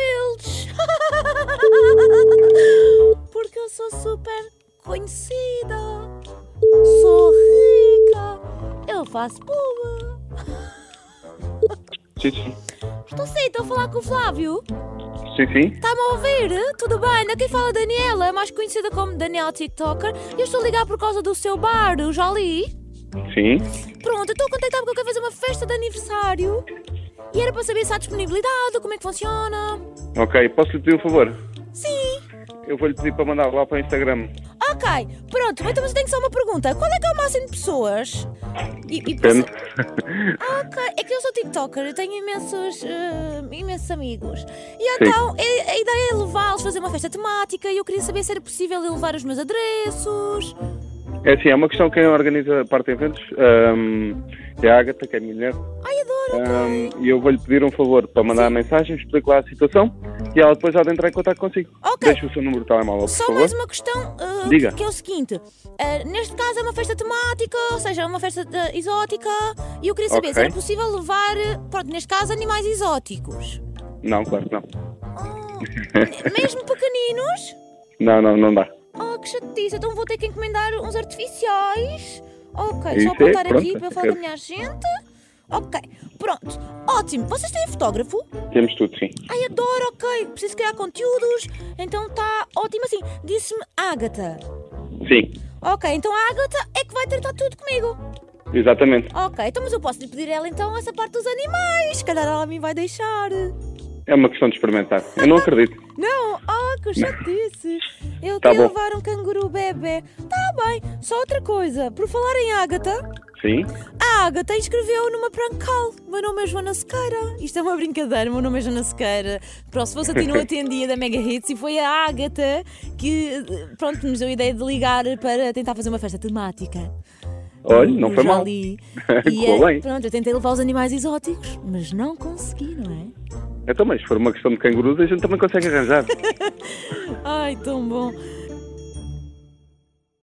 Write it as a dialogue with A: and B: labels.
A: eles. Porque eu sou super conhecida. Sou rica. Eu faço pub.
B: Sim, sim.
A: Estou sim, estou a falar com o Flávio.
B: Sim, sim.
A: Está-me a ouvir? Tudo bem? Aqui fala a Daniela, é mais conhecida como Daniela TikToker. E eu estou a ligar por causa do seu bar, o Jali.
B: Sim.
A: Pronto, eu estou a contactar porque eu quero fazer uma festa de aniversário. E era para saber se há disponibilidade, como é que funciona.
B: Ok, posso lhe pedir um favor?
A: Sim.
B: Eu vou lhe pedir para mandar lá para o Instagram.
A: Ok, pronto, então mas eu tenho só uma pergunta. Qual é que é o máximo de pessoas? E, e
B: Depende.
A: Ah, ok. É que eu sou TikToker, eu tenho imensos, eh, imensos amigos. E
B: Sim.
A: então, é- a, ideia é levá-los, fazer uma festa temática e eu queria saber se era possível eu levar os meus adereços.
B: É assim, é uma questão quem organiza a parte de eventos ahm, é a Agatha, que é a minha mulher.
A: Ai,
B: Ah,
A: adoro, ok.
B: Ahm, E eu vou-lhe pedir um favor para mandar a mensagem, explico lá a situação e ela depois há de entrar em contato consigo.
A: Ok.
B: Deixa o seu número de telemóvel, por
A: Só
B: favor.
A: mais uma questão eh,
B: Diga.
A: que é o seguinte: Eh, neste caso é uma festa temática, ou seja, é uma festa eh, exótica, e eu queria saber
B: Ok.
A: se era possível levar, eh, pronto, neste caso, animais exóticos.
B: Não, claro que não.
A: Oh, n- mesmo pequeninos?
B: Não, não, não dá.
A: Oh, que chatice, então vou ter que encomendar uns artificiais. Ok,
B: Isso
A: só
B: é,
A: apontar aqui
B: pronto,
A: para eu falar com a
B: quero.
A: minha gente. Ok, pronto, ótimo. Vocês têm fotógrafo?
B: Temos tudo, sim.
A: Ai, adoro, ok. Preciso criar conteúdos, então está ótimo assim. Disse-me Ágata.
B: Sim,
A: Ok, então a Agatha é que vai tratar tudo comigo.
B: exatamente.
A: Ok, então mas eu posso lhe pedir a ela então essa parte dos animais. Se calhar ela me vai deixar.
B: É uma questão de experimentar. Eu não acredito.
A: Não, oh, que chatice. Eu
B: Tá
A: queria
B: bom.
A: levar um canguru bebê. Tá bem, só outra coisa. Por falar em Agatha,
B: Sim?
A: a Agatha inscreveu numa prank call. O Meu nome é Joana Sequeira. Isto é uma brincadeira, o meu nome é Joana Sequeira. Pronto, se fosse a ti não atendia da Mega Hits e foi a Agatha que, pronto, nos deu a ideia de ligar para tentar fazer uma festa temática.
B: Olha, não
A: Eu
B: foi
A: já
B: mal.
A: li. E
B: Correu
A: eh,
B: bem.
A: pronto, eu tentei levar os animais exóticos, mas não consegui, não é?
B: Então, mas se for uma questão de cangurus, a gente também consegue arranjar.
A: Ai, tão bom.